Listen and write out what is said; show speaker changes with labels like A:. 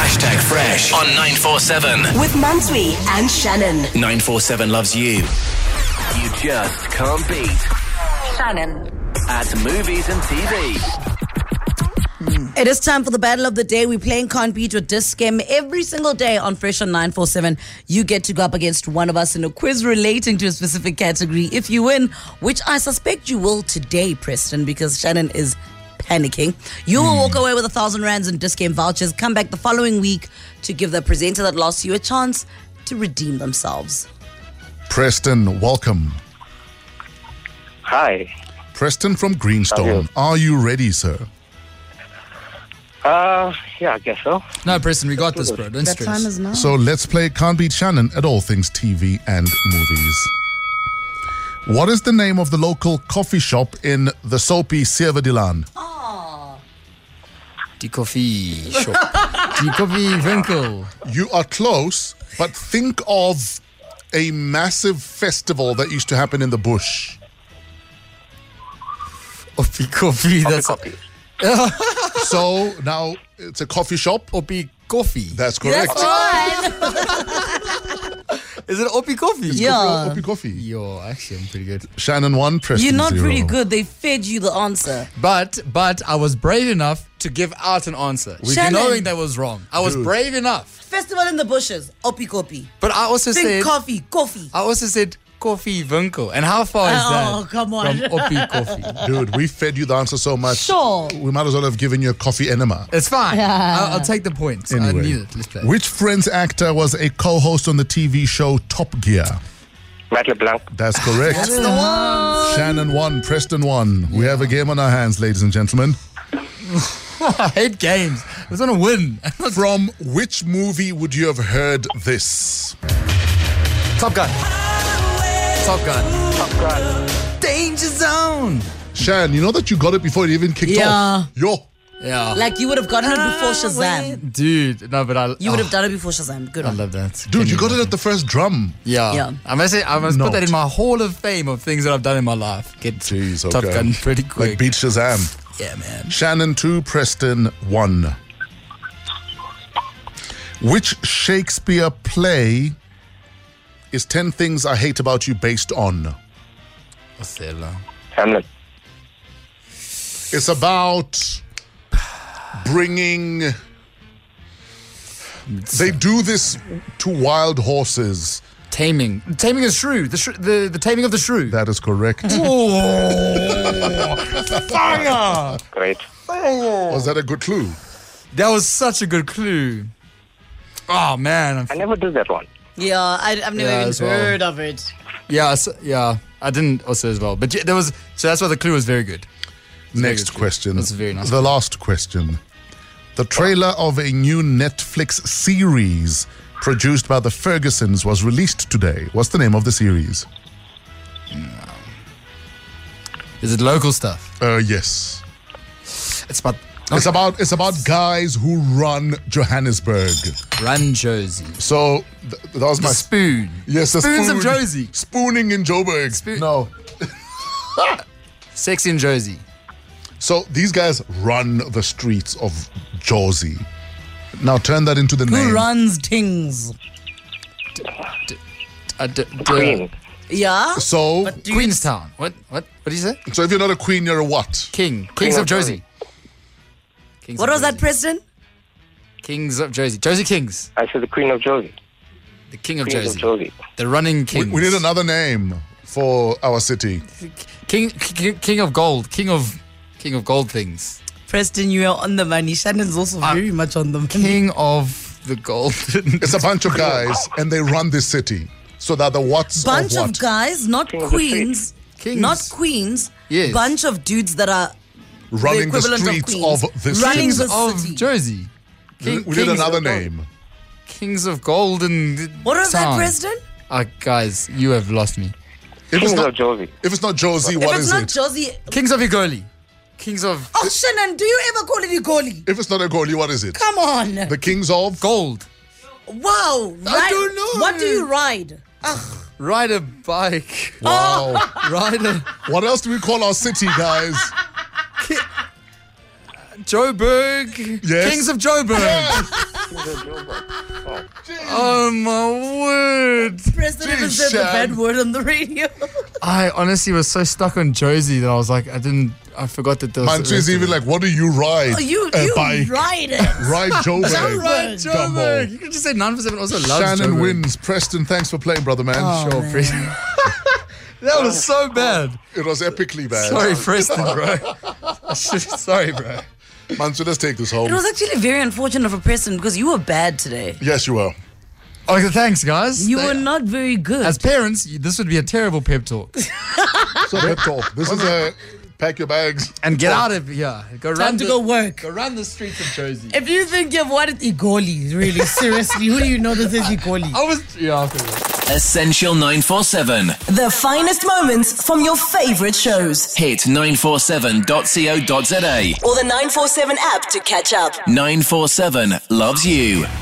A: Hashtag Fresh on 947.
B: With Mansui and Shannon.
A: 947 loves you. You just can't beat.
B: Shannon.
A: At movies and TV.
C: It is time for the battle of the day. We're playing Can't Beat with Disc Game every single day on Fresh on 947. You get to go up against one of us in a quiz relating to a specific category. If you win, which I suspect you will today, Preston, because Shannon is panicking, you will
D: Hmm.
C: walk away with a thousand rands in Disc Game vouchers. Come back the following week to give the presenter that lost you a chance to redeem themselves.
E: Preston, welcome.
F: Hi.
E: Preston from Greenstone.
F: Hello.
E: Are you ready, sir?
F: Uh, yeah, I guess so.
D: No, Preston, we got this, bro. Don't stress.
C: is now.
E: So let's play Can't Beat Shannon at all things TV and movies. What is the name of the local coffee shop in the soapy Severdilan?
D: Die coffee shop. Die coffee winkel.
E: You are close, but think of a massive festival that used to happen in the bush.
D: Opie coffee. That's
F: Copy.
E: So now it's a coffee shop.
D: Opie coffee.
E: That's correct.
D: Is it Opie coffee?
C: Yeah.
E: Kopi coffee.
D: Yo, actually, I'm pretty good.
E: Shannon one, Preston
C: You're not
E: zero.
C: pretty good. They fed you the answer.
D: But but I was brave enough to give out an answer,
C: Shannon.
D: knowing that was wrong. I was
E: Dude.
D: brave enough.
C: Festival in the bushes. Opi kopi.
D: But I also
C: Think
D: said
C: coffee, coffee.
D: I also said coffee winkel. And how far is that?
C: Oh, come on.
D: From Opie coffee.
E: Dude, we fed you the answer so much.
C: Sure.
E: We might as well have given you a coffee enema.
D: It's fine. I'll, I'll take the points. I
E: Anyway,
D: need it. Let's play.
E: Which Friends actor was a co host on the TV show Top Gear?
F: Matt LeBlanc.
E: That's
D: Ah,
E: correct.
C: Oh.
E: Shannon won, Preston won. We have a game on our hands, ladies and gentlemen.
D: I hate games. I was on a win.
E: From which movie would you have heard this?
D: Top Gun. Top Gun. Danger Zone.
E: Shan, you know that you got it before it even kicked
C: Yeah.
E: off? Yo.
D: Yeah.
C: Like you would have gotten it before Shazam.
D: Dude, no, but I. oh,
C: You would have done Oh. it before Shazam. Good
D: I
C: one.
D: love that.
E: Dude, you got it at the first drum.
D: Yeah.
C: Yeah.
D: I must say, I must put that
E: Note.
D: in my hall of fame of things that I've done in my life. Get
E: Jeez,
D: Top
E: okay.
D: Gun pretty
E: Like
D: quick.
E: beat Shazam.
D: yeah, man.
E: Shannon 2, Preston 1. Which Shakespeare play is 10 Things I Hate About You based on?
D: Othello.
F: Hamlet.
E: It's about bringing. They do this to wild horses.
D: Taming. Taming of shrew. The, shrew, the, the taming of the shrew. Oh,
E: That is correct.
D: Banger!
F: Great.
E: Was that a good clue?
D: That was such a good clue. Oh, man. I'm
F: I never do that one.
C: Yeah, I, I've never
D: Yeah,
C: even
D: as well.
C: heard of it.
D: Yeah, so, yeah. I didn't also as well, but yeah, there was so that's why the clue was very good.
E: Next
D: good.
E: question.
D: That's very nice.
E: The last question. The trailer of a new Netflix series produced by the Fergusons was released today. What's the name of the series?
D: Is it local stuff?
E: Uh, yes.
D: It's about
E: It's about it's about guys who run Johannesburg.
D: Run Josie,
E: So th- that was
D: the
E: my
D: spoon.
E: yes, the
D: spoons of
E: spoon-
D: Josie,
E: Spooning in Joburg.
D: Spoon-
E: no,
D: sex in Josie.
E: So these guys run the streets of Jersey. Now turn that into the
C: Who
E: name.
C: runs things?
D: Uh, d- d-
F: Queen.
C: Yeah?
E: So,
C: Do you-
D: Queenstown. What? What? What did you say?
E: so if you're not a queen, you're a what?
D: King. Kings of
F: of
D: Josie. Kings
C: what
D: of
C: was that,
D: Josie.
C: Preston?
D: Kings of Josie. Josie Kings.
F: I said the Queen of Josie.
D: The King of
F: Queen
D: Josie.
F: of Josie.
D: The running
E: We,
D: Kings.
E: we need another name for our city.
D: King, King. King of Gold. King of. King of Gold things.
C: Preston, you are on the money. Shannon's also
F: Ah.
C: very much on the money.
D: King of the Golden.
E: It's a bunch of guys, and they run this city. So they're the what's
C: Bunch
E: of
C: of,
E: what?
C: guys, not
F: King of the
C: queens.
D: Kings.
C: Not queens.
D: Yes.
C: Bunch of dudes that are
E: running the,
C: equivalent of
E: streets
C: queens.
E: of, this
C: Running
E: city.
C: the-
D: of
C: city.
D: Jersey. King-
E: we need
D: Kings
E: another
D: of Gold.
E: name.
D: Kings of Gold and.
C: what was that,
D: Town.
C: Preston?
D: Ah, guys, you have lost me.
E: If it's
F: Kings of
E: not,
F: Josie.
E: if it's not Josie, what
C: if it's
E: is
C: not
E: it?
C: Josie
D: Kings of Igoli. Kings of
C: Oh Shannon, do you ever call it a goalie?
E: if it's not a goalie, what is it?
C: Come on.
E: The kings of
D: Gold.
C: wow.
D: I
C: ride-
D: don't know.
C: What do you ride?
D: Ride a bike.
E: Wow.
D: Ride a
C: Oh.
E: what else do we call our city, guys?
D: Joburg.
E: Yes.
D: Kings of Joburg.
F: Oh,
D: oh my word.
C: President
D: Jeez,
C: has said the
D: Shan.
C: bad word on the radio.
D: I honestly was so stuck on Josie that I was like, I didn't, I forgot that there was.
E: Manchu is even like, what do you ride?
C: Oh, you
E: A
C: you
E: bike.
C: ride it.
E: Ride
D: All
E: Joburg.
D: right,
C: Joburg.
D: Joburg. You could just say nine for seven. Also loves
E: Shannon
D: Joburg.
E: wins. Preston, thanks for playing, brother man.
C: Oh,
D: Sure, Preston. that was so bad.
E: It was epically bad.
D: Sorry, Preston, bro. Sorry, bro.
E: Manchu, let's take this home.
C: It was actually very unfortunate for Preston because you were bad today.
E: yes, you were.
D: Okay, thanks, guys.
C: You
D: They-
C: were not very good.
D: As parents, you- this would be a terrible pep talk.
E: So pep talk. This is a pack your bags.
D: And get out of here. Go run
C: Time to
D: the-
C: go work.
D: Go run the streets of Josie.
G: If you think you've wanted Igoli, really, seriously, who do you know that is Igoli?
D: I was yeah. I feel it.
A: Essential 947.
B: The finest moments from your favorite shows.
A: Hit 947.co.za.
B: Or the 947 app to catch up.
A: 947 loves you.